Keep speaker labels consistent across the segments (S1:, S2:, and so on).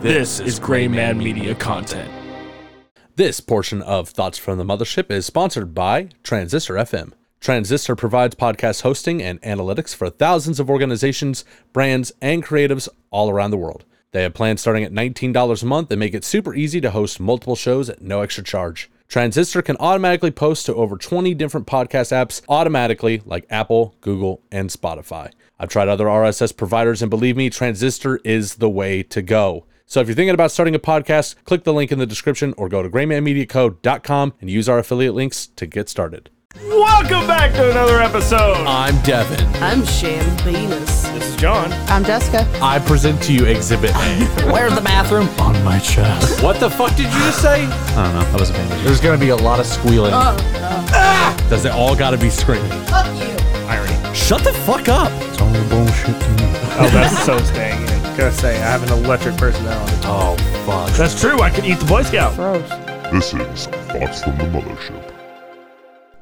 S1: This is Gray Man Media content.
S2: This portion of Thoughts from the Mothership is sponsored by Transistor FM. Transistor provides podcast hosting and analytics for thousands of organizations, brands, and creatives all around the world. They have plans starting at $19 a month and make it super easy to host multiple shows at no extra charge. Transistor can automatically post to over 20 different podcast apps automatically, like Apple, Google, and Spotify. I've tried other RSS providers, and believe me, Transistor is the way to go. So if you're thinking about starting a podcast, click the link in the description or go to graymanmediaco.com and use our affiliate links to get started.
S1: Welcome back to another episode.
S2: I'm Devin.
S3: I'm Sham Venus.
S1: This is John.
S3: I'm Jessica.
S2: I present to you Exhibit A.
S3: Where's the bathroom?
S4: on my chest.
S2: what the fuck did you just say?
S4: I don't know. That was a bandage.
S2: There's gonna be a lot of squealing.
S3: Oh,
S2: Ah! Does it all gotta be screaming?
S3: Fuck you.
S2: Shut the fuck up!
S4: It's all the bullshit to me.
S1: Oh, that's so staying in. Gotta say, I have an electric personality.
S2: Oh fuck.
S1: That's true. I can eat the Boy Scout.
S5: This is Thoughts from the Mothership.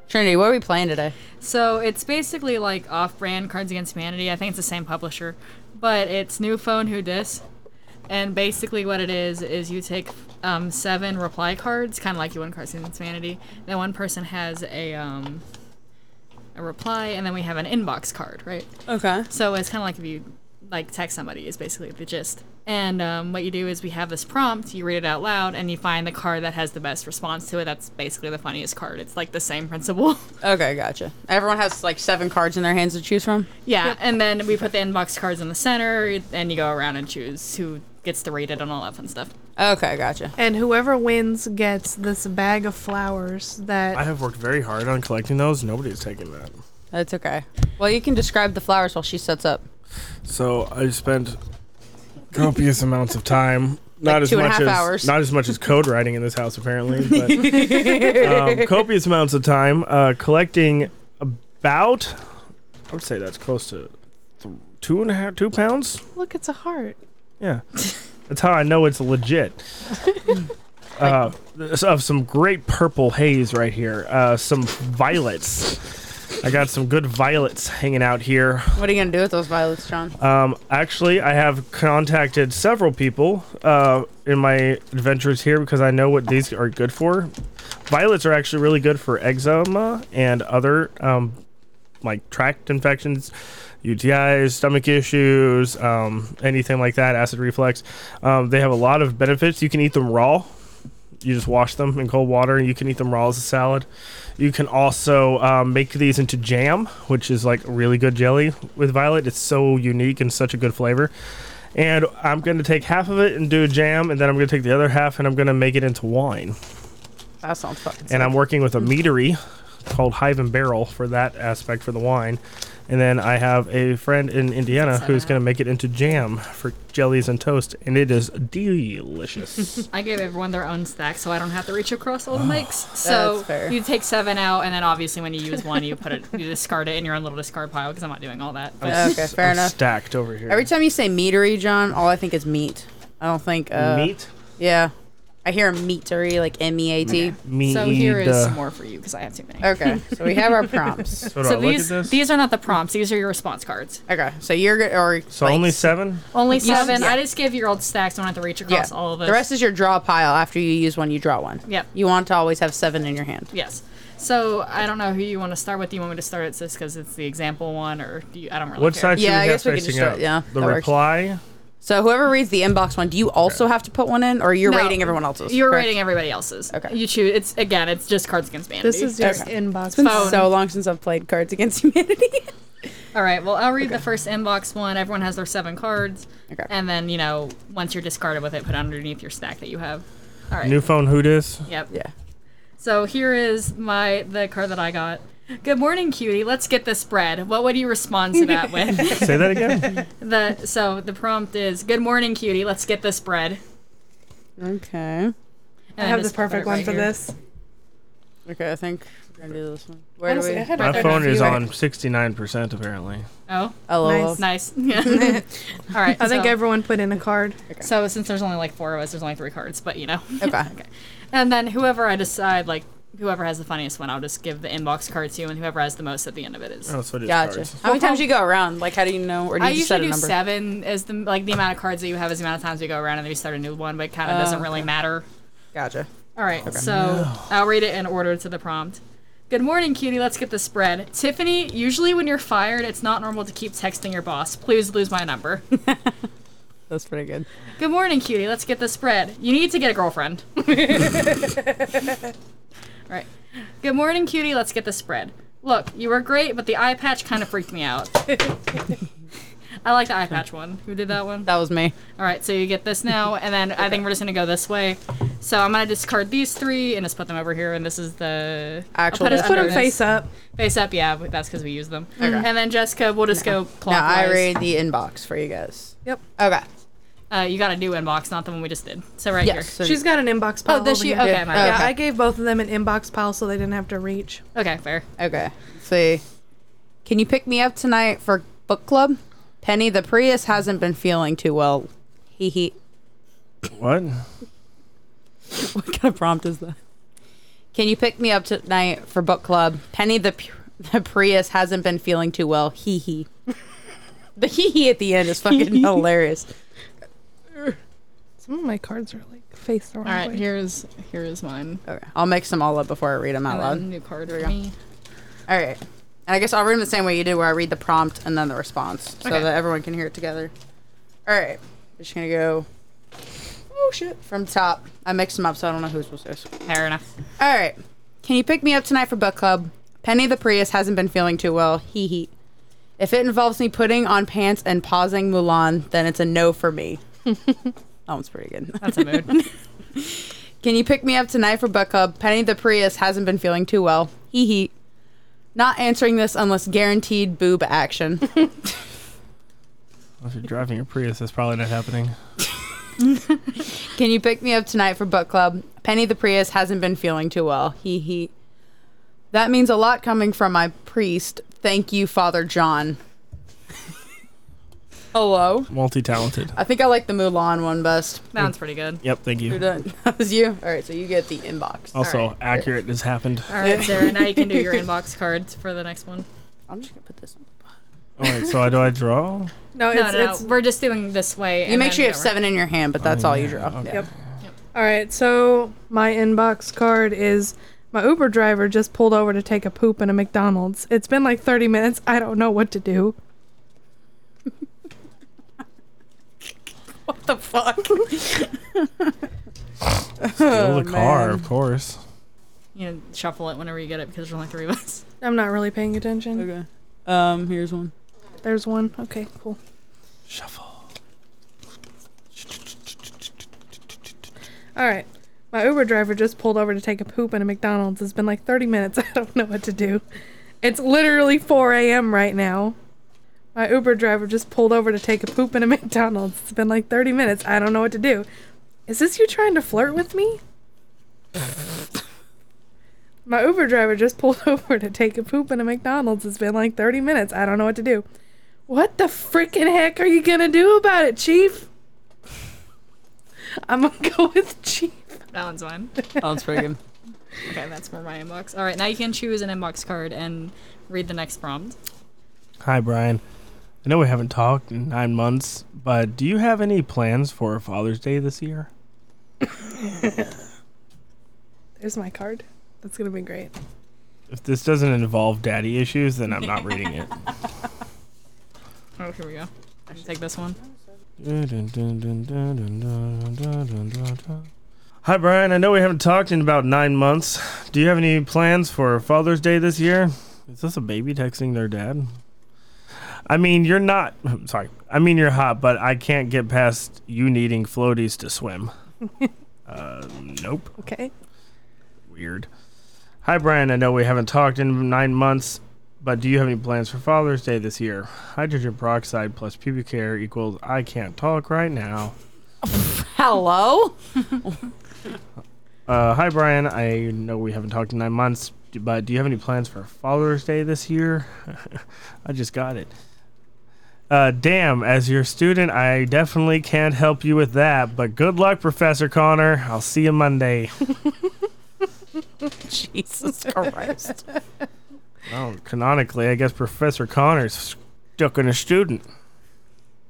S3: Trinity, what are we playing today?
S6: So it's basically like off-brand Cards Against Humanity. I think it's the same publisher, but it's New Phone Who Dis. And basically, what it is is you take um, seven reply cards, kind of like you win Cards Against Humanity. Then one person has a um, a reply, and then we have an inbox card, right?
S3: Okay.
S6: So it's kind of like if you like text somebody is basically the gist. And um, what you do is we have this prompt, you read it out loud, and you find the card that has the best response to it. That's basically the funniest card. It's like the same principle.
S3: Okay, gotcha. Everyone has like seven cards in their hands to choose from.
S6: Yeah, and then we put the inbox cards in the center, and you go around and choose who gets to read it and all that fun stuff.
S3: Okay, gotcha.
S7: And whoever wins gets this bag of flowers that
S1: I have worked very hard on collecting those. Nobody's taking that.
S3: That's okay. Well, you can describe the flowers while she sets up.
S1: So I spent copious amounts of time. Not
S3: Like
S1: as
S3: two and a
S1: much
S3: half
S1: as
S3: hours.
S1: not as much as code writing in this house apparently, but um, copious amounts of time uh, collecting about. I would say that's close to th- two and a half, two pounds.
S7: look, it's a heart.
S1: Yeah, that's how I know it's legit. Uh, s- of some great purple haze right here. Uh, some violets. I got some good violets hanging out here.
S3: What are you gonna do with those violets, John?
S1: Um, actually, I have contacted several people uh, in my adventures here because I know what these are good for. Violets are actually really good for eczema and other um, like tract infections, UTIs, stomach issues, um, anything like that, acid reflux. Um, they have a lot of benefits. You can eat them raw. You just wash them in cold water, and you can eat them raw as a salad. You can also um, make these into jam, which is like really good jelly with violet. It's so unique and such a good flavor. And I'm going to take half of it and do a jam, and then I'm going to take the other half and I'm going to make it into wine.
S3: That sounds fucking.
S1: And I'm working with a meadery called Hive and Barrel for that aspect for the wine. And then I have a friend in Indiana who's going to make it into jam for jellies and toast, and it is delicious.
S6: I gave everyone their own stack, so I don't have to reach across all the mics. So
S3: Oh, That's fair.
S6: you take seven out, and then obviously when you use one, you put it, you discard it in your own little discard pile because I'm not doing all that. But
S3: Okay, fair
S1: I'm
S3: enough.
S1: Stacked over here.
S3: Every time you say meatery, John, all I think is meat. I don't think uh,
S1: meat,
S3: Yeah, I hear meatery, like M E A T.
S1: meat.
S6: so here is some more for you because I have too many.
S3: uh, Okay, so we have our prompts.
S1: So, do I
S6: So
S1: look at
S6: these
S1: this?
S6: these are not the prompts; these are your response cards.
S3: Okay, so you're go- or
S1: So
S3: like,
S1: only seven?
S6: Only seven.
S3: yeah.
S6: I just give your old stacks. I don't have to reach
S3: yeah.
S6: across all of us.
S3: The rest is your draw pile. After you use one, you draw one.
S6: Yep.
S3: You want to always have seven in your hand.
S6: yes. So I don't know who you want to start with. Do you want me to start at this because it's the example one, or do you, I don't really
S1: What
S6: care.
S1: side
S3: Yeah, I
S1: should we have
S3: guess we could
S1: facing
S3: just
S1: up?
S3: start- yeah,
S1: the
S3: that works.
S1: reply.
S3: So whoever reads the inbox one, do you also have to put one in, or you're
S6: No,
S3: rating everyone else's?
S6: You're
S3: correct?
S6: rating everybody else's.
S3: Okay.
S6: You choose. It's again. It's just Cards Against Humanity.
S7: This is your
S3: Okay.
S7: inbox.
S3: It's
S6: phone.
S3: been so long since I've played Cards Against Humanity.
S6: all right. Well, I'll read the first inbox one. Everyone has their seven cards.
S3: Okay.
S6: And then you know, once you're discarded with it, put it underneath your stack that you have. All right.
S1: New phone, who dis?
S6: Yep.
S3: yeah.
S6: So here is my the card that I got. Good morning, cutie. Let's get this bread. What would you respond to that with?
S1: Say that again.
S6: the so the prompt is Good morning, cutie. Let's get this bread.
S3: Okay.
S6: And
S7: I have the
S6: just put
S7: perfect
S6: it
S7: one
S6: right
S7: for
S6: here.
S7: this.
S3: Okay, I think we're gonna do this one. Where
S7: Honestly, I
S3: do we?
S7: had
S1: My
S7: a
S1: phone
S7: few
S1: is
S7: right-
S1: on 69% apparently.
S6: Oh,
S3: LOL.
S6: nice. Yeah. All right.
S7: I think
S6: so,
S7: everyone put in a card.
S6: so since there's only like four of us, there's only three cards, but you know.
S3: Okay.
S6: And then whoever I decide, like whoever has the funniest one, I'll just give the inbox card to you, and whoever has the most at the end of it is.
S1: Oh, so it is
S3: Gotcha.
S1: cards.
S3: How many times do you go around? Like, how do you know? Or do you
S6: I
S3: just set
S6: usually
S3: a
S6: do
S3: number?
S6: seven is the like the amount of cards that you have is the amount of times we go around and then we start a new one, but it kind of
S3: Oh,
S6: doesn't really matter.
S3: Gotcha.
S6: All right, so I'll read it in order to the prompt. Good morning, cutie. Let's get the spread. Tiffany, usually when you're fired, it's not normal to keep texting your boss. Please lose my number.
S3: That's pretty good.
S6: Good morning, cutie. Let's get the spread. You need to get a girlfriend. All right. Good morning, cutie. Let's get the spread. Look, you were great, but the eye patch kind of freaked me out. I like the eye patch one. Who did that one?
S3: That was me.
S6: All right, so you get this now, and then I think we're just gonna go this way. So I'm gonna discard these three and just put them over here, and this is the I'll
S3: Actual
S6: put it
S3: ones.
S7: Put
S6: under
S7: them
S6: this.
S7: face up.
S6: Face up, yeah, but that's because we use them. And then Jessica, we'll just go
S3: Now
S6: clockwise.
S3: I read the inbox for you guys.
S7: Yep.
S3: Okay.
S6: Uh, you got a new inbox, not the one we just did. So right
S3: Yes. So
S7: She's got an inbox pile.
S6: Oh, does
S7: over
S6: she?
S7: here.
S6: Okay,
S3: Yeah.
S6: my
S3: Oh,
S7: Yeah,
S3: okay.
S7: I gave both of them an inbox pile so they didn't have to reach.
S6: bad. okay, fair.
S3: Okay. See. Can you pick me up tonight for book club? Penny the Prius hasn't been feeling too well. Hee hee.
S1: What?
S3: What kind of prompt is that? Can you pick me up tonight for book club? Penny the, P- the Prius hasn't been feeling too well. Hee hee. The hee hee at the end is fucking hilarious.
S7: Some of my cards are like face the wrong
S6: All right,
S7: way.
S6: here's here is mine.
S3: Okay. I'll mix them all up before I read them out
S6: And
S3: loud.
S6: then new card
S3: we
S6: for
S3: go.
S6: me.
S3: All right. And I guess I'll read them the same way you did, where I read the prompt and then the response, so
S6: Okay.
S3: that everyone can hear it together. All right. Just gonna go. Oh shit! From top, I mixed them up, so I don't know whose was whose.
S6: Fair enough.
S3: All right. Can you pick me up tonight for book club? Penny the Prius hasn't been feeling too well. Hee hee. If it involves me putting on pants and pausing Mulan, then it's a no for me. that one's pretty good.
S6: That's a mood.
S3: Can you pick me up tonight for book club? Penny the Prius hasn't been feeling too well. Hee hee. Not answering this unless guaranteed boob action.
S1: If you're driving your Prius, that's probably not happening.
S3: Can you pick me up tonight for book club? Penny the Prius hasn't been feeling too well. Hee hee. That means a lot coming from my priest. Thank you, Father John. Hello.
S1: Multi-talented.
S3: I think I like the Mulan one best.
S6: that one's pretty good.
S1: Yep, thank
S3: Who
S1: you.
S3: done? That was you. All right, so you get the inbox.
S1: Also, accurate has happened.
S6: All right, Sarah. Now you can do your inbox cards for the next one.
S3: I'm just gonna put this. on.
S1: All right, so I do I draw?
S7: No,
S6: No,
S7: it's,
S6: no,
S7: it's
S6: we're just doing this way.
S3: You make sure you have seven in your hand, but that's all you draw.
S1: Oh, okay.
S7: Yep. all right. So my inbox card is my Uber driver just pulled over to take a poop in a McDonald's. It's been like 30 minutes. I don't know what to do.
S3: What the fuck?
S1: Steal the
S3: Oh,
S1: car,
S3: man.
S1: of course.
S6: You know, shuffle it whenever you get it because there's only three of us.
S7: I'm not really paying attention.
S3: Okay. Um, here's one.
S7: There's one. Okay, cool.
S1: Shuffle.
S7: All right. My Uber driver just pulled over to take a poop in a McDonald's. It's been like 30 minutes. I don't know what to do. It's literally 4 a.m. right now. My Uber driver just pulled over to take a poop in a McDonald's. It's been like 30 minutes. I don't know what to do. Is this you trying to flirt with me? My Uber driver just pulled over to take a poop in a McDonald's. It's been like 30 minutes. I don't know what to do. What the freaking heck are you going to do about it, Chief? I'm going to go with Chief.
S6: That one's mine.
S3: That one's Oh, pretty good.
S6: Okay, that's more my inbox. All right, now you can choose an inbox card and read the next prompt.
S1: Hi, Brian. I know we haven't talked in nine months, but do you have any plans for Father's Day this year?
S7: There's my card. That's gonna be great.
S1: If this doesn't involve daddy issues, then I'm not reading it.
S6: Oh, here we go. I should take this one.
S1: Hi, Brian. I know we haven't talked in about nine months. Do you have any plans for Father's Day this year? Is this a baby texting their dad? I mean, you're not. I'm sorry. I mean, you're hot, but I can't get past you needing floaties to swim. uh, nope.
S7: Okay.
S1: Weird. Hi, Brian. I know we haven't talked in nine months, but do you have any plans for Father's Day this year? Hydrogen peroxide plus pubic hair equals I can't talk right now.
S3: Hello.
S1: Uh, hi, Brian. I know we haven't talked in nine months, d- but do you have any plans for Father's Day this year? I just got it. Uh, damn, as your student, I definitely can't help you with that, but good luck, Professor Connor. I'll see you Monday.
S3: Jesus Christ.
S1: Well, canonically, I guess Professor Connor's stuck in a student.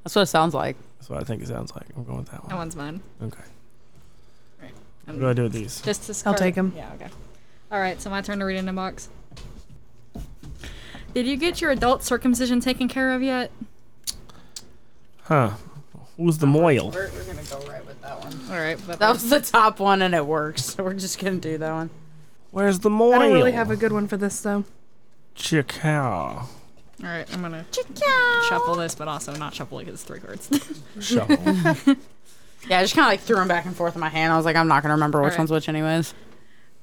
S3: That's what it sounds like.
S1: That's what I think it sounds like. I'm going with that
S6: That
S1: one.
S6: one's mine.
S1: Okay.
S6: Um,
S1: What do I do with these?
S6: Just to
S7: I'll
S6: start-
S7: take 'em.
S6: Yeah, okay. All right, so my turn to read an inbox. Did you get your adult circumcision taken care of yet?
S1: Huh. Who's the moil?
S3: We're, we're gonna go right with that one.
S6: All right, but
S3: That was the top one, and it works. So we're just gonna do that one.
S1: Where's the moil?
S7: I don't really have a good one for this though.
S1: chick how.
S6: all right. I'm gonna shuffle this, but also not shuffle it 'cause it's three cards.
S2: Shuffle.
S3: Yeah, I just kind of like threw them back and forth in my hand. I was like, I'm not gonna remember which
S6: Alright.
S3: one's which, anyways.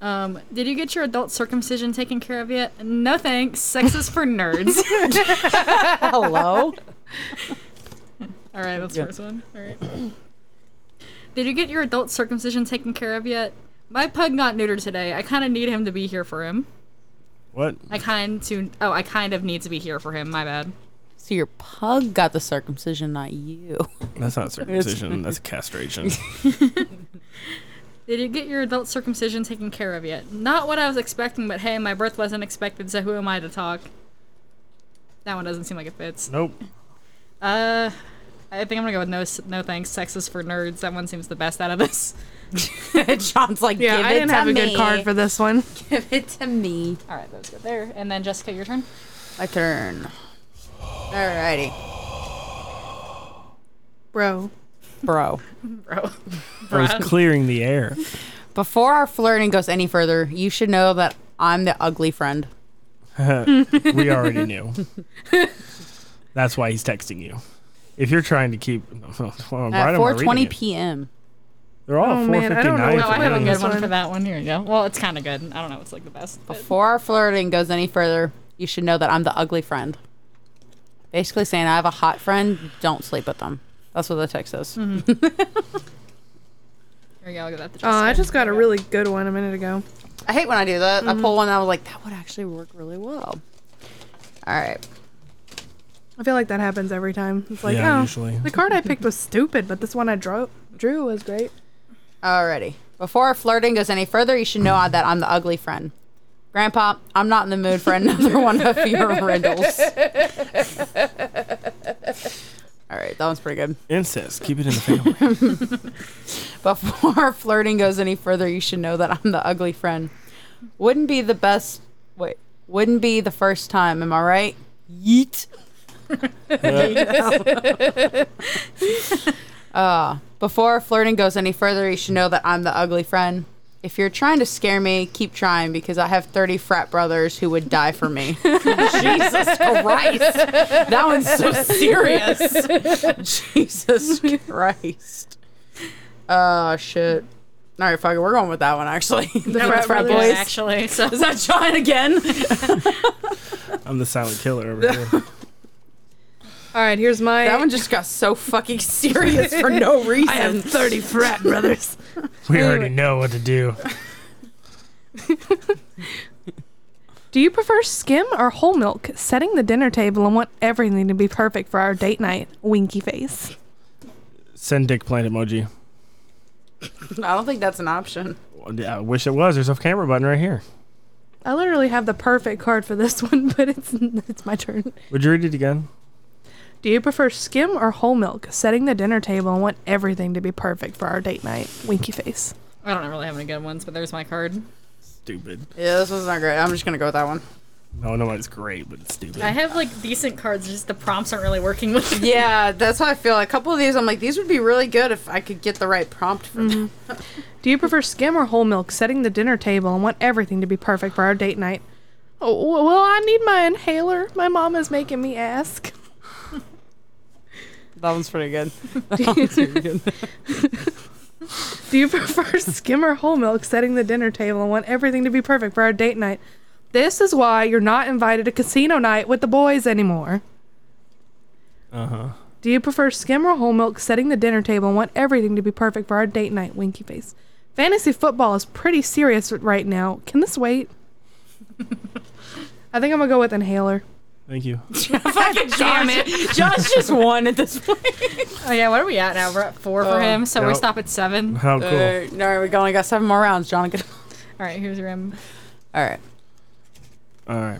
S6: um, did you get your adult circumcision taken care of yet? No, thanks. Sex is for nerds.
S3: Hello.
S6: all right, that's the first one. All right. did you get your adult circumcision taken care of yet? My pug got neutered today. I kind of need him to be here for him.
S1: What?
S6: I kind to oh, I kind of need to be here for him. My bad.
S3: so your pug got the circumcision, not you.
S1: That's not circumcision. that's castration.
S6: Did you get your adult circumcision taken care of yet? Not what I was expecting, but hey, my birth wasn't expected, so who am I to talk? That one doesn't seem like it fits.
S1: nope.
S6: Uh, I think I'm gonna go with no, s- no thanks. Sex is for nerds. That one seems the best out of this.
S3: John's like,
S7: Yeah,
S3: give
S7: I
S3: it
S7: didn't
S3: to
S7: have a
S3: me.
S7: good card for this one.
S3: Give it to me.
S6: All right, that was good there. And then Jessica, your turn.
S3: My turn. Alrighty,
S7: Bro.
S3: bro.
S6: Bro,
S1: I was clearing the air.
S3: Before our flirting goes any further, you should know that I'm the ugly friend.
S1: we already knew. That's why he's texting you. If you're trying to keep, why am
S3: At
S1: I reading
S3: 4:20
S1: it?
S3: p.m.
S1: They're all
S7: Oh,
S1: four
S7: man, I
S1: fifty
S7: don't know
S1: nine.
S7: what
S6: oh, I have a
S7: This
S6: good one
S7: one.
S6: for that one. Here we go. Well, it's kind of good. I don't know. It's like the best. but-
S3: Before our flirting goes any further, you should know that I'm the ugly friend. Basically saying I have a hot friend, don't sleep with them. That's what the text says.
S6: Here we go. I'll give that
S7: Oh,
S6: to Jessica.
S7: I just got a
S6: Here we
S7: really good one a minute ago.
S3: I hate when I do that. I pull one and I was like, that would actually work really well. All right.
S7: I feel like that happens every time. It's like,
S1: Yeah,
S7: oh,
S1: usually.
S7: the card I picked was stupid, but this one I drew drew was great.
S3: Alrighty. Before our flirting goes any further, you should know that I'm the ugly friend. Grandpa, I'm not in the mood for another one of your riddles. All right, that one's pretty good.
S1: Incest. Keep it in the family.
S3: Before flirting goes any further, you should know that I'm the ugly friend. Wouldn't be the best. Wait, wouldn't be the first time. Am I right? Yeet. uh, before flirting goes any further, you should know that I'm the ugly friend. If you're trying to scare me, keep trying because I have 30 frat brothers who would die for me. Jesus Christ. That one's so serious. Jesus Christ. Oh shit! All right, fuck it. We're going with that one actually. the
S6: go.
S3: Frat
S6: That's
S3: Frat
S6: really good,
S3: Boys.
S6: Actually, so
S3: Is that John again?
S1: I'm the silent killer over here.
S7: All right, here's my
S3: that one just got so fucking serious for no reason.
S7: I am 30 frat brothers.
S1: We already know what to do.
S7: Do you prefer skim or whole milk? Setting the dinner table and want everything to be perfect for our date night. Winky face.
S1: Send dick plant emoji.
S3: I don't think that's an option.
S1: Well, yeah, I wish it was. There's a camera button right here.
S7: I literally have the perfect card for this one, but it's it's my turn.
S1: Would you read it again?
S7: Do you prefer skim or whole milk? Setting the dinner table and want everything to be perfect for our date night. Winky face.
S6: I don't really have any good ones, but there's my card.
S1: Stupid.
S3: Yeah, this one's not great. I'm just gonna go with that one.
S1: No, no, it's great, but it's stupid.
S6: I have like decent cards. Just the prompts aren't really working with. me.
S3: Yeah, that's how I feel. A couple of these, I'm like, these would be really good if I could get the right prompt for them.
S7: Mm-hmm. Do you prefer skim or whole milk? Setting the dinner table and want everything to be perfect for our date night. Oh, w- well, I need my inhaler. My mom is making me ask.
S3: That one's pretty good.
S7: Do you prefer skim or whole milk? Setting the dinner table and want everything to be perfect for our date night. This is why you're not invited to casino night with the boys anymore.
S1: Uh huh.
S7: Do you prefer skim or whole milk? Setting the dinner table and want everything to be perfect for our date night. Winky face. Fantasy football is pretty serious right now. Can this wait? I think I'm gonna go with inhaler.
S1: Thank you.
S3: Fucking damn it! Josh just won at this point.
S6: Oh yeah, what are we at now? We're at four for him, so we
S1: Yep.
S6: stop at seven.
S1: How Oh, cool.
S3: Uh, no, we only got seven more rounds, John.
S6: All right, here's Rim.
S3: All right.
S1: All right.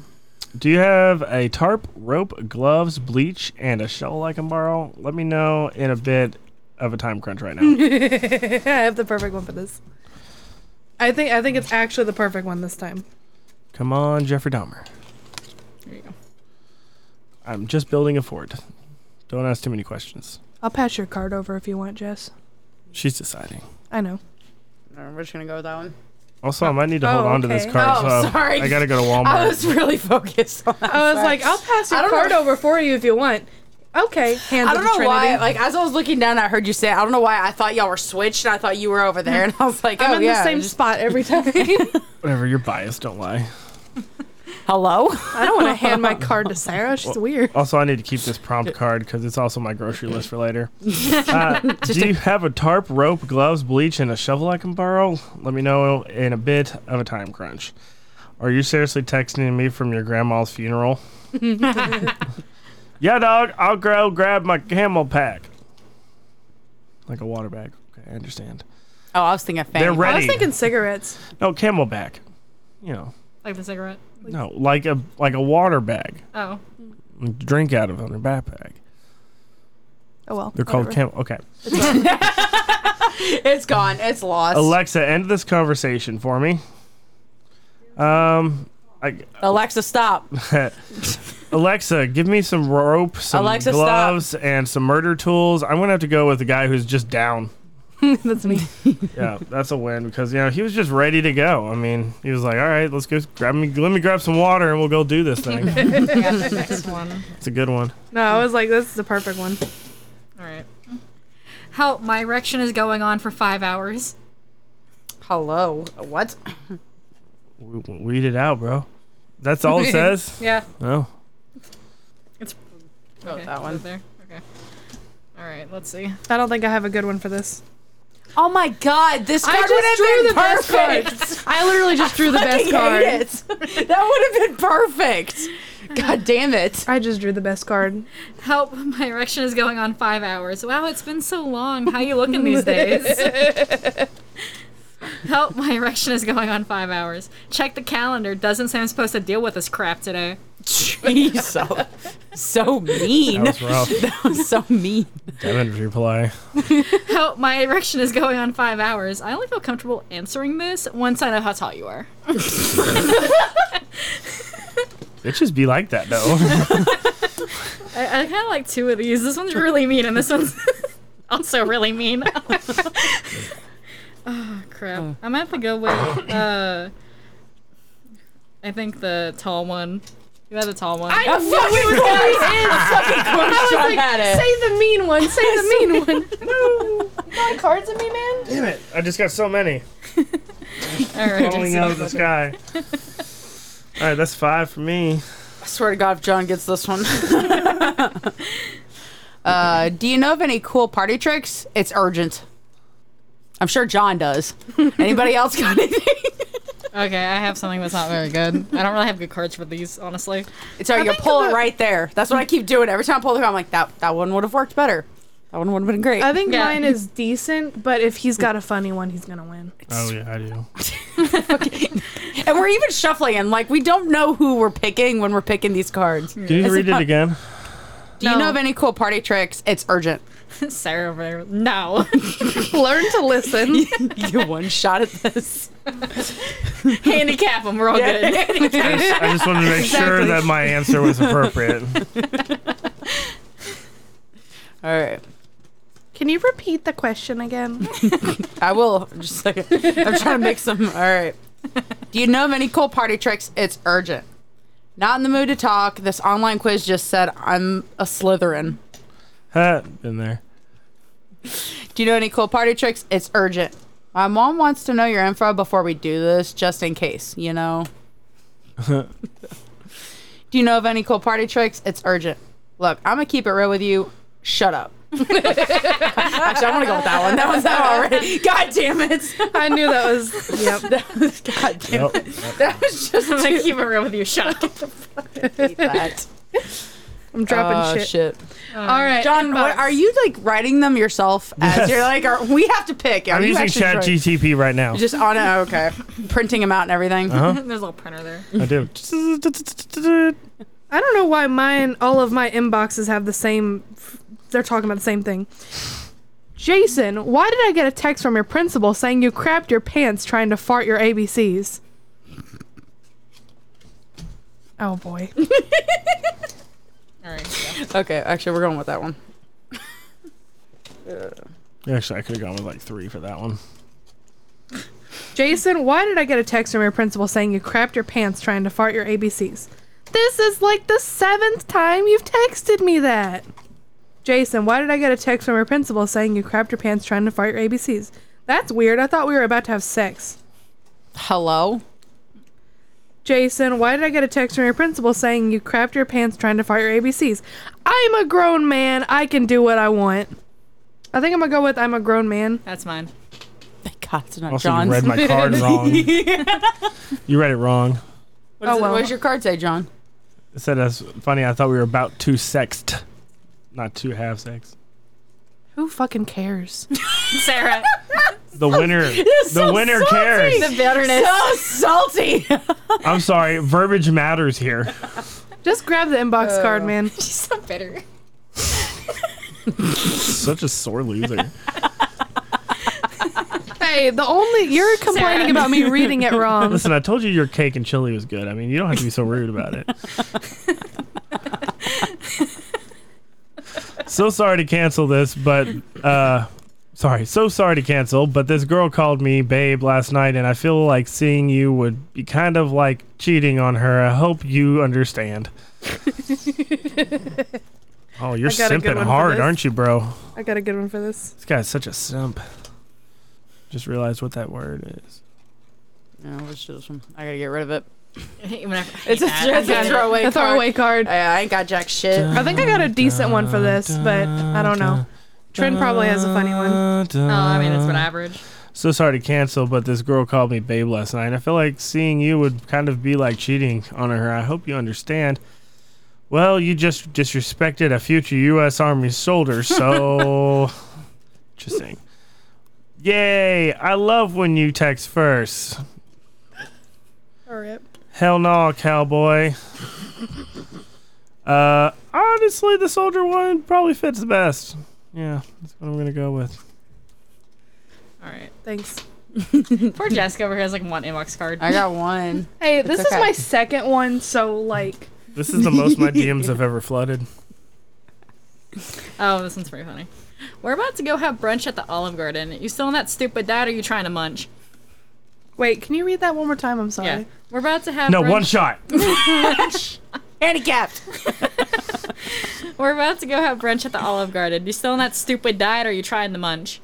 S1: Do you have a tarp, rope, gloves, bleach, and a shovel I can borrow? Let me know in a bit of a time crunch right now.
S7: I have the perfect one for this. I think I think it's actually the perfect one this time.
S1: Come on, Jeffrey Dahmer.
S6: There you go.
S1: I'm just building a fort. Don't ask too many questions.
S7: I'll pass your card over if you want, Jess.
S1: She's deciding.
S7: I know.
S3: We're just gonna go with that one.
S1: Also, I might need to
S7: Oh,
S1: hold on to this
S7: okay.
S1: card.
S3: Oh,
S1: so
S3: sorry.
S1: I gotta go to
S3: I
S1: Walmart.
S3: was really focused on that.
S7: I was
S3: sorry.
S7: like, oh, I'll pass
S3: I
S7: your
S3: don't
S7: card
S3: know-
S7: over for you if you want. Okay. Hands
S3: I
S7: up
S3: don't
S7: to
S3: know why.
S7: Trinity.
S3: Like as I was looking down, I heard you say. it. I don't know why. I thought y'all were switched, and I thought you were over there, and I was like,
S7: I'm
S3: oh
S7: in
S3: yeah.
S7: the same
S3: just-
S7: spot every time. I
S1: Whatever, you're biased. Don't lie.
S3: Hello.
S7: don't want to hand my card to Sarah. She's weird.
S1: Also, I need to keep this prompt card because it's also my grocery list for later. Uh, do you have a tarp, rope, gloves, bleach, and a shovel I can borrow? Let me know in a bit of a time crunch. Are you seriously texting me from your grandma's funeral? yeah, dog. I'll go grab my camel pack. Like a water bag. Okay, I understand.
S3: Oh, I was thinking fanny.
S1: They're
S7: I
S1: ready.
S7: was thinking cigarettes.
S1: no, camel back. You know,
S6: Like the cigarette.
S1: no, like a like a water bag.
S6: Oh,
S1: Drink out of on their backpack.
S7: Oh well.
S1: They're called
S7: whatever.
S1: camel. Okay.
S3: It's gone. It's lost.
S1: Alexa, end this conversation for me. Um, I,
S3: Alexa, stop.
S1: Alexa, give me some rope, some
S3: Alexa, stop.
S1: gloves, and some murder tools. I'm gonna have to go with the guy who's just down.
S7: That's me.
S1: Yeah, that's a win because you know he was just ready to go. I mean, he was like, "All right, let's go grab me. Let me grab some water, and we'll go do this thing."
S6: I got the next one.
S1: it's a good one.
S7: No, I was like, this is the perfect one.
S6: All right. Help! My erection is going on for five hours.
S3: Hello. What?
S1: We, weed it out, bro. That's all it says.
S6: Yeah.
S1: Oh,
S3: Oh,
S6: Okay,
S3: that
S6: is
S3: one.
S6: it There. Okay. All right. Let's see.
S7: I don't think I have a good one for this.
S3: Oh my God! This
S7: I
S3: card would
S7: just
S3: have
S7: drew
S3: been
S7: the best card.
S3: perfect.
S7: I literally just drew the best
S3: I
S7: card.
S3: hate it. That would have been perfect. God damn it.
S7: I just drew the best card.
S6: Help! My erection is going on five hours. Wow, it's been so long. How you looking these days? Help! My erection is going on five hours. Check the calendar. Doesn't say I'm supposed to deal with this crap today.
S3: Jeez, so, so mean.
S1: that was rough.
S3: so mean.
S1: Damn it, reply.
S6: Help! My erection is going on five hours. I only feel comfortable answering this once I know how tall you are.
S1: It just be like that though.
S6: I, I kind of like two of these. This one's really mean, and this one's also really mean. oh crap! I'm gonna have to go with. Uh, I think the tall one. You had the tall one.
S3: I thought we was always in fucking close shot at it.
S7: Say the mean one. Say the mean one.
S1: Damn it! I just got so many.
S6: All right,
S1: falling
S6: Jesse.
S1: out of the sky. All right, that's five for me.
S3: I swear to God, if John gets this one. uh, do you know of any cool party tricks? It's urgent. I'm sure John does. Anybody else got anything?
S6: Okay, I have something that's not very good. I don't really have good cards for these, honestly.
S3: Sorry, you're
S7: think
S3: pulling
S7: about-
S3: right there. That's what I keep doing. Every time I pull the card, I'm like, that, that one would have worked better. That one would have been great.
S7: I think
S6: Yeah.
S7: mine is decent, but if he's got a funny one, he's gonna win.
S1: Oh yeah, I do.
S3: and we're even shuffling, and like, we don't know who we're picking when we're picking these cards. Do
S1: Can you read it again?
S3: you
S7: No.
S3: know of any cool party tricks? It's urgent.
S6: Sarah over there. No.
S7: Learn to listen.
S3: you get one shot at this.
S6: Handicap them. We're all good.
S1: I just, I just wanted to make sure that my answer was appropriate.
S3: All right.
S7: Can you repeat the question again?
S3: I will. Just a second. I'm trying to make some. All right. Do you know of any cool party tricks? It's urgent. Not in the mood to talk. This online quiz just said I'm a Slytherin.
S1: Huh, Been there.
S3: Do you know any cool party tricks? It's urgent. My mom wants to know your info before we do this, just in case, you know? do you know of any cool party tricks? It's urgent. Look, I'm going to keep it real with you. Shut up. Actually, I want to go with that one. That one's out already. God damn it.
S7: I knew that was.
S3: Yep. That was, God damn
S1: Nope.
S3: it. That was just
S6: I'm gonna keep it real with you. Shut up.
S3: that.
S7: I'm dropping
S3: Oh,
S7: Ah, shit. All right,
S3: John,
S7: inbox.
S3: what, are you like writing them yourself as
S1: Yes.
S3: you're like? Are, we have to pick. Are
S1: I'm
S3: you
S1: using
S3: actually
S1: Chat
S3: drawing-
S1: GTP right now.
S3: Just on it. oh, okay, printing them out and everything.
S1: Uh-huh.
S6: There's a little printer there.
S1: I do.
S7: I don't know why mine, all of my inboxes have the same. They're talking about the same thing. Jason, why did I get a text from your principal saying you crapped your pants trying to fart your ABCs? Oh boy.
S6: All right.
S3: Okay, actually, we're going with that one.
S1: Actually, I could have gone with like three for that one.
S7: Jason, why did I get a text from your principal saying you crapped your pants trying to fart your ABCs? This is like the seventh time you've texted me that. Jason, why did I get a text from your principal saying you crapped your pants trying to fart your ABCs? That's weird. I thought we were about to have sex.
S3: Hello.
S7: Jason, why did I get a text from your principal saying you crapped your pants trying to fart your ABCs? I'm a grown man. I can do what I want. I think I'm gonna go with I'm a grown man.
S6: That's mine.
S3: Thank God it's not
S1: Also, you
S3: John's.
S1: read my card wrong. You read it wrong.
S3: What, is
S7: Oh,
S3: it-
S7: well.
S3: what does your card say, John?
S1: It said that's funny. I thought we were about to sext, not to have sex.
S7: Who fucking cares?
S6: Sarah.
S1: The winner, the winner cares.
S3: bitterness. So salty.
S1: I'm sorry, verbiage matters here.
S7: Just grab the
S3: Oh.
S7: inbox card, man.
S6: She's so bitter.
S1: Such a sore loser.
S7: Hey, the only you're complaining about me reading it wrong.
S1: Listen, I told you your cake and chili was good. I mean, you don't have to be so rude about it. so sorry to cancel this, but uh sorry, so sorry to cancel, but this girl called me babe last night and I feel like seeing you would be kind of like cheating on her. I hope you understand. oh, you're
S7: I got a good
S1: simping
S7: one for
S1: hard,
S7: this.
S1: aren't you, bro?
S7: I got a good one for this.
S1: This guy's such a simp. Just realized what that word is.
S3: no, let's do this one. I gotta get rid of it.
S6: I hate when I- I hate
S3: It's a,
S6: that.
S3: it's a throwaway.
S7: A
S3: card.
S7: throwaway card.
S3: I, I ain't got jack shit.
S7: I think I got a decent one for this, but I don't know. Trent probably has a funny one. Oh,
S6: No, I mean it's
S1: Uh.
S6: been average.
S1: So sorry to cancel, but this girl called me babe last night. I feel like seeing you would kind of be like cheating on her. I hope you understand. Well, you just disrespected a future U.S. Army soldier, so. just saying. Yay! I love when you text first. Hell no, cowboy. uh, honestly, the soldier one probably fits the best. Yeah, that's what I'm gonna go with.
S6: All right.
S7: Thanks.
S6: Poor Jessica over here has like one inbox card.
S3: I got one.
S7: Hey, this
S3: okay.
S7: is my second one, so like
S1: This is the most my DMs have ever flooded.
S6: Oh, this one's pretty funny. We're about to go have brunch at the Olive Garden. You still on that stupid diet? Or you trying to munch?
S7: wait, can you read that one more time? I'm sorry.
S6: Yeah. We're about to have
S1: No,
S6: brunch.
S1: one shot.
S3: Handicapped.
S6: We're about to go have brunch at the Olive Garden. You still on that stupid diet? Or you trying to munch?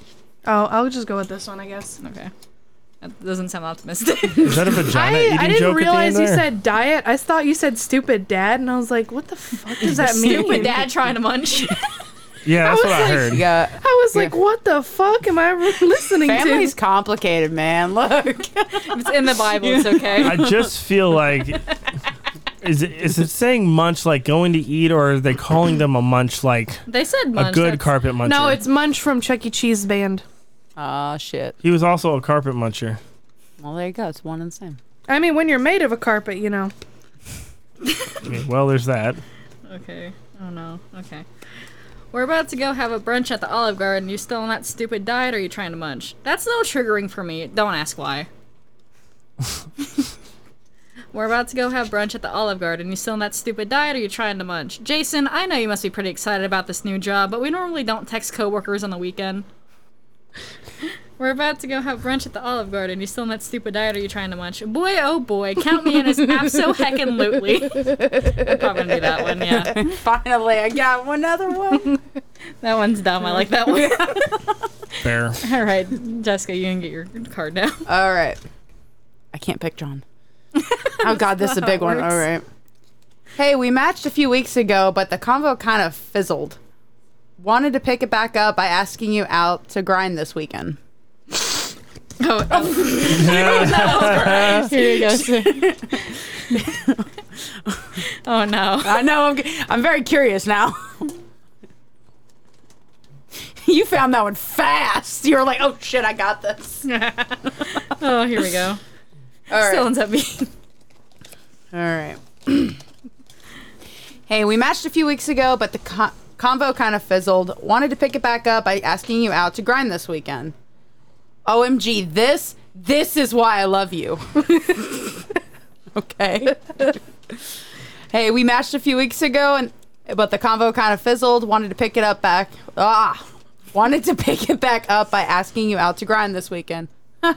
S7: Oh, I'll just go with this one, I guess.
S6: Okay. That doesn't sound optimistic.
S1: Is that a vagina
S7: I,
S1: eating
S7: I didn't
S1: joke
S7: realize
S1: at the
S7: you
S1: end there?
S7: said diet. I thought you said stupid dad, and I was like, what the fuck does that mean?
S6: stupid dad trying to munch.
S1: Yeah, that's what
S7: I was
S1: I
S7: like-
S1: heard.
S3: Yeah.
S7: I was like, what the fuck am I listening
S3: Family's
S7: to?
S3: complicated, man. Look.
S6: it's in the Bible. It's okay.
S1: I just feel like is it is it saying munch like going to eat or are they calling them a munch like
S6: They said munch.
S1: a good
S6: that's-
S1: carpet muncher?
S7: No, it's Munch from Chuck E. Cheese Band.
S3: Ah, shit.
S1: he was also a carpet muncher.
S3: Well, there you go. It's one and the same.
S7: I mean, when you're made of a carpet, you know.
S1: I mean, well, there's that.
S6: Okay. Oh no. Okay. We're about to go have a brunch at the Olive Garden. You still on that stupid diet? Or you trying to munch? That's a little triggering for me. Don't ask why. We're about to go have brunch at the Olive Garden. You still on that stupid diet? Or you trying to munch? Jason, I know you must be pretty excited about this new job, but we normally don't text coworkers on the weekend. We're about to go have brunch at the Olive Garden. You still on that stupid diet? Or you trying to munch? Boy, oh boy, count me in as abso heckin' lootly. Probably gonna do that one. Yeah.
S3: Finally, I got one other one.
S6: That one's dumb. I like that one.
S1: Fair.
S6: All right, Jessica, you can get your card now.
S3: All right. I can't pick John. oh, God, this is a big one. All right. Hey, we matched a few weeks ago, but the convo kind of fizzled. Wanted to pick it back up by asking you out to grind this weekend.
S6: Oh, oh,
S3: Here you go. sir.
S6: oh no.
S3: I know. I'm, cu- I'm very curious now. you found that one fast. You were like, oh shit, I got this.
S6: Oh, here we go.
S3: All right.
S6: Still ends up being.
S3: All right. hey, we matched a few weeks ago, but the co- convo kind of fizzled. Wanted to pick it back up by asking you out to grind this weekend. OMG, this this is why I love you. okay. hey, we matched a few weeks ago and but the convo kind of fizzled. Wanted to pick it up back. Ah. Wanted to pick it back up by asking you out to grind this weekend.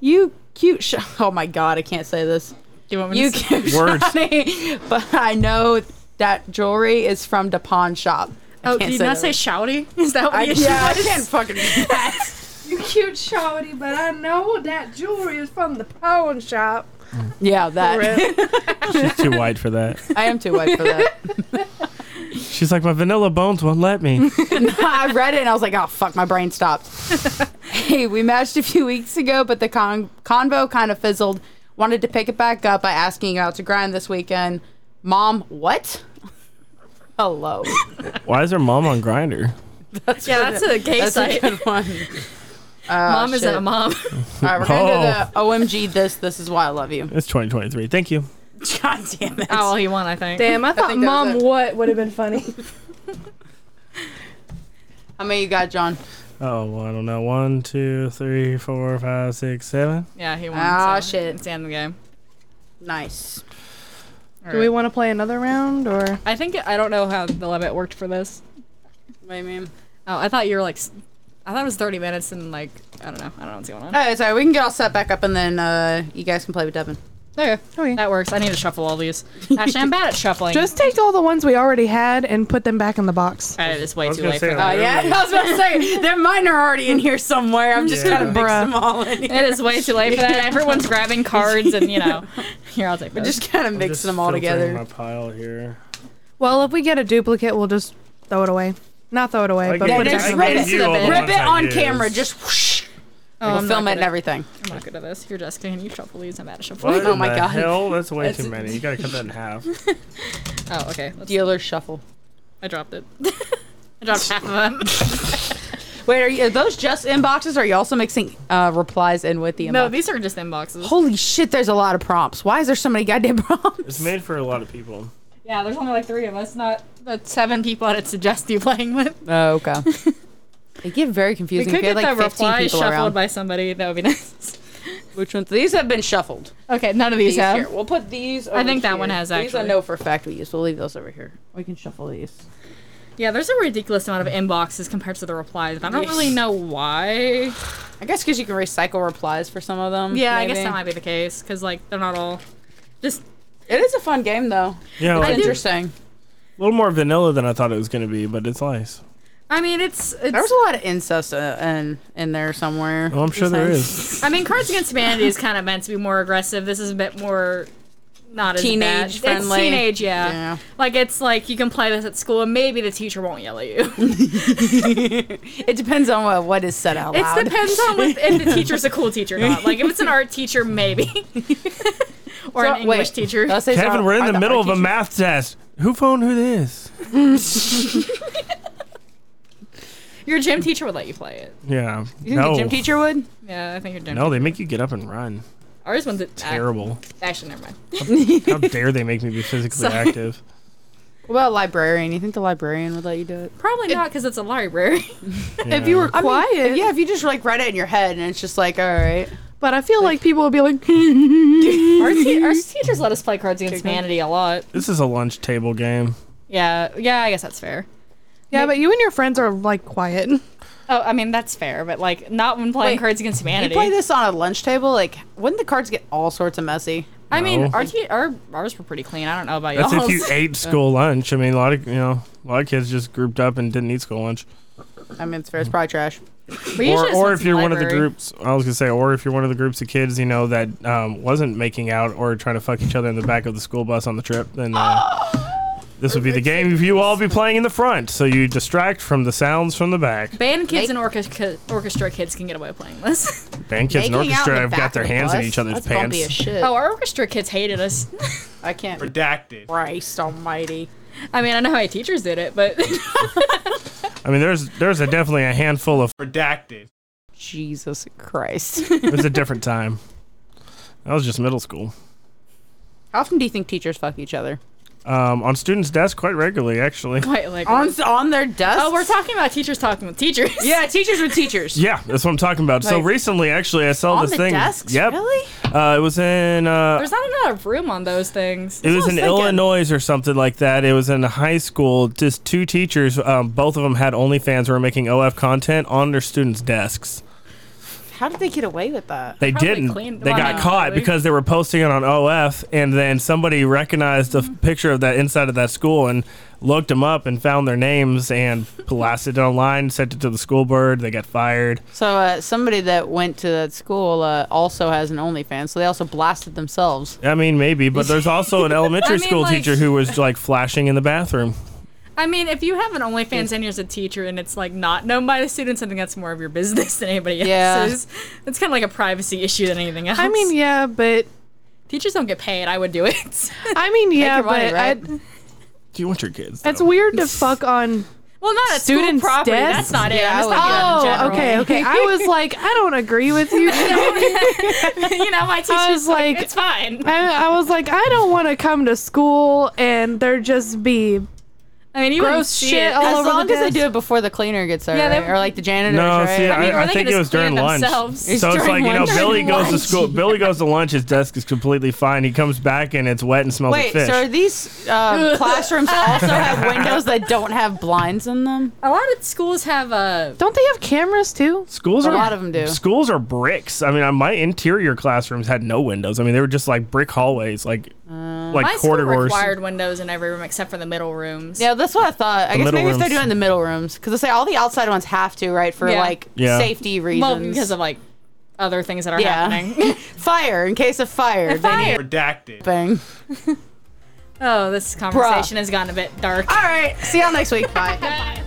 S3: you cute sh- Oh my god, I can't say this.
S6: Do you want me
S3: You
S6: to?
S3: keep
S1: Words.
S3: shouting, but I know that jewelry is from the pawn shop. I
S6: Oh,
S3: can't
S6: did you not
S3: that
S6: say
S3: word.
S6: shouty? Is that what
S3: I,
S6: you
S3: yeah, I can't fucking do that.
S7: You cute shawty, but I know that jewelry is from the pawn shop.
S3: Yeah, that.
S7: Rip.
S1: She's too white for that.
S3: I am too white for that.
S1: She's like, my vanilla bones won't let me.
S3: I read it and I was like, oh, fuck, my brain stopped. hey, we matched a few weeks ago, but the con- convo kind of fizzled. Wanted to pick it back up by asking you out to grind this weekend. Mom, what? Hello.
S1: Why is her mom on grinder?
S6: Yeah, that's a Oh, gay
S3: That's a
S6: site.
S3: good one. Oh,
S6: mom
S3: shit.
S6: isn't a mom.
S3: All right, we're going to
S1: Oh.
S3: do the OMG this. This is why I love you.
S1: It's 2023. Thank you.
S3: God damn it.
S6: Oh, all he won, I think.
S7: Damn, I thought
S3: think that was
S7: mom
S3: it.
S7: what would have been funny.
S3: How many you got, John?
S1: Oh, well, I don't know. One, two, three, four, five, six, seven.
S6: Yeah, he won.
S3: Ah,
S6: so
S3: shit.
S6: It's the end of the game.
S3: Nice.
S6: All
S7: Do we
S6: right.
S7: want to play another round or?
S6: I think I don't know how the limit worked for this.
S3: What do you mean?
S6: Oh, I thought you were like, s- I thought it was 30 minutes and like, I don't know. I don't know what's going on.
S3: All right, Oh, sorry. We can get all set back up, and then uh, you guys can play with Devin.
S6: Okay,
S7: Okay.
S6: that works. I need to shuffle all these. Actually, I'm bad at shuffling.
S7: Just take all the ones we already had and put them back in the box.
S6: I, it's way
S1: was
S6: too
S1: gonna
S6: late
S1: say
S6: for
S1: that.
S6: that.
S3: Oh yeah, I was about to say that mine are already in here somewhere. I'm just
S1: Yeah.
S3: gonna mix
S7: Bruh.
S3: them all in. Here.
S6: It is way too late for that. Everyone's grabbing cards and you know, here I'll take.
S3: We're
S6: Those.
S3: just kind of
S1: Just
S3: mixing them all
S1: filtering My
S3: together.
S1: pile here.
S7: Well, if we get a duplicate, we'll just throw it away. Not throw it away,
S1: Like,
S7: but
S1: yeah,
S7: put
S1: I
S7: it back
S3: just
S7: in the
S3: rip
S1: gave
S6: it.
S1: you all the
S6: Rip
S1: ones
S3: Rip it
S1: I
S3: on
S1: used.
S3: camera, just whoosh.
S6: oh,
S3: we'll
S6: I'm
S3: film
S6: not
S3: it and
S6: good at-
S3: everything.
S6: I'm not good at this. Here, Jessica, can you shuffle these? I'm bad at
S1: What
S6: shuffling.
S3: Oh
S1: in
S3: my
S1: the
S3: God.
S1: Hell, that's way
S3: That's-
S1: too many. You gotta cut that in half.
S6: Oh, okay. Let's,
S3: Dealer shuffle.
S6: I dropped it. I dropped half of them.
S3: Wait, are, you, are those just inboxes? Or are you also mixing uh, replies in with the inbox?
S6: no, these are just inboxes.
S3: Holy shit! There's a lot of prompts. Why is there so many goddamn prompts?
S1: It's made for a lot of people.
S6: Yeah, there's only like three of us, not the seven people I'd suggest you playing with.
S3: Oh, okay. They get very
S6: We
S3: confusing.
S6: could
S3: if you
S6: get
S3: had like
S6: the
S3: 15
S6: replies
S3: people
S6: shuffled
S3: around.
S6: by somebody. That would be nice.
S3: Which ones? These have been shuffled.
S6: okay, none of these,
S3: These
S6: have.
S3: here. We'll put these. Over
S6: I think that
S3: here.
S6: one has
S3: These I
S6: actually.
S3: know for a fact we use. We'll leave those over here. We can shuffle these.
S6: Yeah, there's a ridiculous amount of inboxes compared to the replies, and I don't really know why.
S3: I guess because you can recycle replies for some of them.
S6: Yeah, I guess
S3: maybe.
S6: that might be the case because like they're not all just
S3: It is a fun game though.
S1: Yeah,
S3: It's
S1: like, a
S3: interesting.
S1: little more vanilla than I thought it was gonna be, but it's nice.
S6: I mean, it's, it's
S3: There was a lot of incest uh, in in there somewhere.
S1: Oh, I'm sure there
S3: Besides-
S1: is.
S6: I mean, Cards Against Humanity is kind of meant to be more aggressive. This is a bit more not as
S3: Teenage
S6: bad.
S3: friendly.
S6: It's teenage, yeah.
S3: Yeah.
S6: Like it's like you can play this at school, and maybe the teacher won't yell at you.
S3: It depends on what, what is said out
S6: It
S3: loud.
S6: depends on what, if the teacher's a cool teacher or not. Like if it's an art teacher, maybe, or
S3: So-
S6: an English
S3: wait.
S6: teacher.
S3: Did I say
S1: Kevin,
S3: so-
S1: we're in
S3: are
S1: the middle of a
S3: RTG
S1: math test. Who phoned who this?
S6: Your gym teacher would let you play it.
S1: Yeah.
S3: You think
S1: no.
S3: the gym teacher would?
S6: Yeah, I think your gym.
S1: No, they make you get up and run.
S6: ours one's a-
S1: Terrible.
S6: ah, actually, never mind.
S1: How dare they make me be physically
S6: Sorry.
S1: active?
S3: What about a librarian? You think the librarian would let you do it?
S6: Probably not because it's a library.
S1: Yeah.
S7: If you were
S3: I mean,
S7: quiet,
S3: yeah, if you just like write it in your head and it's just like, all right.
S7: but I feel like people would be like,
S6: our, te- our teachers let us play Cards Against Humanity a lot.
S1: This is a lunch table game.
S6: Yeah, yeah, I guess that's fair.
S7: yeah, but you and your friends are like quiet.
S6: Oh, I mean that's fair, but like not when playing
S3: Wait,
S6: Cards Against
S3: You
S6: Humanity.
S3: play this on a lunch table, like wouldn't the cards get all sorts of messy?
S6: I mean,
S1: No.
S6: our, te- our ours were pretty clean. I don't know about
S1: That's
S6: y'all.
S1: if you ate school lunch. I mean, a lot of you know, a lot of kids just grouped up and didn't eat school lunch.
S3: I mean, it's fair. It's probably trash.
S1: Or, or if you're one of the groups, I was gonna say, or if you're one of the groups of kids, you know, that um, wasn't making out or trying to fuck each other in the back of the school bus on the trip, then uh, This would be the game you all be playing in the front, so you distract from the sounds from the back.
S6: Band kids
S3: Make-
S6: and orchestra, orchestra kids can get away with playing this.
S1: Band kids and
S3: Making out in
S1: orchestra
S3: the
S1: have
S3: back
S1: got
S3: of
S1: their
S3: the
S1: hands in
S3: bus?
S1: each other's
S3: That's
S1: pants.
S3: bumpy as shit.
S6: Oh, our orchestra kids hated us.
S3: I can't.
S8: Redacted.
S3: Christ almighty.
S6: I mean, I know how my teachers did it, but
S1: I mean, there's there's a, definitely a handful of.
S8: Redacted.
S3: Jesus Christ.
S1: It was a different time. That was just middle school.
S3: How often do you think teachers fuck each other?
S1: Um, on students' desks quite regularly, actually.
S6: quite like.
S3: on their desk?
S6: oh, we're talking about teachers talking with teachers.
S3: Yeah, teachers with teachers.
S1: Yeah, that's what I'm talking about. so
S3: Like-
S1: recently, actually, I saw
S3: On
S1: this
S3: the
S1: thing.
S3: desks?
S1: Yep.
S3: Really?
S1: Uh, it was in. Uh,
S6: There's not enough room on those things.
S1: it was
S3: what I
S1: in
S3: was thinking.
S1: Illinois or something like that. It was in high school. Just two teachers, um, both of them had OnlyFans, who were making OF content on their students' desks.
S3: How did they get away with that?
S1: They
S6: Probably
S1: didn't.
S6: cleaned-
S1: they
S6: well,
S1: got
S6: no,
S1: caught
S6: probably.
S1: because they were posting it on OF, and then somebody recognized
S3: Mm-hmm.
S1: a f- picture of that inside of that school and looked them up and found their names and blasted it online, sent it to the school board. They got fired.
S3: So uh, somebody that went to that school uh, also has an OnlyFans, so they also blasted themselves.
S1: I mean, maybe, but there's also an elementary
S6: mean,
S1: school
S6: like-
S1: teacher who was like flashing in the bathroom.
S6: I mean, if you have an OnlyFans and you're as a teacher and it's like not known by the students, I think that's more of your business than anybody
S3: Yeah.
S6: else's. It's kind of like a privacy issue than anything else.
S9: I mean, yeah, but
S6: teachers don't get paid. I would do it.
S9: I mean, yeah,
S3: your money,
S9: but
S3: right?
S9: I,
S1: Do you want your kids?
S9: it's weird to fuck on.
S6: well, not at
S9: Students'
S6: school property.
S9: desks?
S6: That's not it.
S3: Yeah,
S6: I'm
S3: I
S6: just
S3: would
S6: talking about in
S9: Oh,
S6: general.
S9: okay, okay. I was like, I don't agree with you.
S6: you know, my
S9: I
S6: teachers
S9: was like,
S6: it's fine.
S9: I, I was like, I don't want to come to school and there just be
S6: I mean, you wouldn't
S9: gross
S6: see
S9: shit Oh. all
S6: it.
S3: As
S9: over
S3: long
S9: the
S3: as they
S9: desk.
S3: do it before the cleaner gets there,
S6: Yeah, they-
S3: right? or like the janitor.
S1: No,
S3: right?
S1: see,
S6: I mean,
S1: I,
S6: or
S1: I
S6: they
S1: think
S6: could
S1: it
S6: just
S1: was
S6: clean
S1: during
S6: it
S1: lunch.
S6: themselves.
S1: So it's like, you know,
S3: lunch.
S1: Billy
S3: During
S1: goes to
S3: lunch.
S1: school. Billy goes to lunch. His desk is completely fine. He comes back and it's wet and smells
S3: Wait,
S1: like fish.
S3: so are these um, classrooms also have windows that don't have blinds in them?
S6: a lot of schools have uh,
S9: Don't they have cameras too?
S1: Schools
S3: A
S1: are
S3: lot of 'em do.
S1: Schools are bricks. I mean, I- my interior classrooms had no windows. I mean, they were just like brick hallways, like like
S6: Uh, my school
S1: corridors.
S6: required windows in every room except for the middle rooms.
S3: Yeah, that's what I thought. I guess
S1: middle
S3: maybe if they're
S1: rooms.
S3: doing the middle rooms, because they say all the outside ones have to, right, for
S6: Yeah.
S3: like
S1: Yeah.
S3: safety reasons.
S6: Well, because of like other things that are
S3: Yeah.
S6: happening.
S3: fire, in case of fire. they need
S8: Redacted.
S3: bang.
S6: oh, this conversation has gotten a bit dark.
S3: All right, see y'all next week. Bye.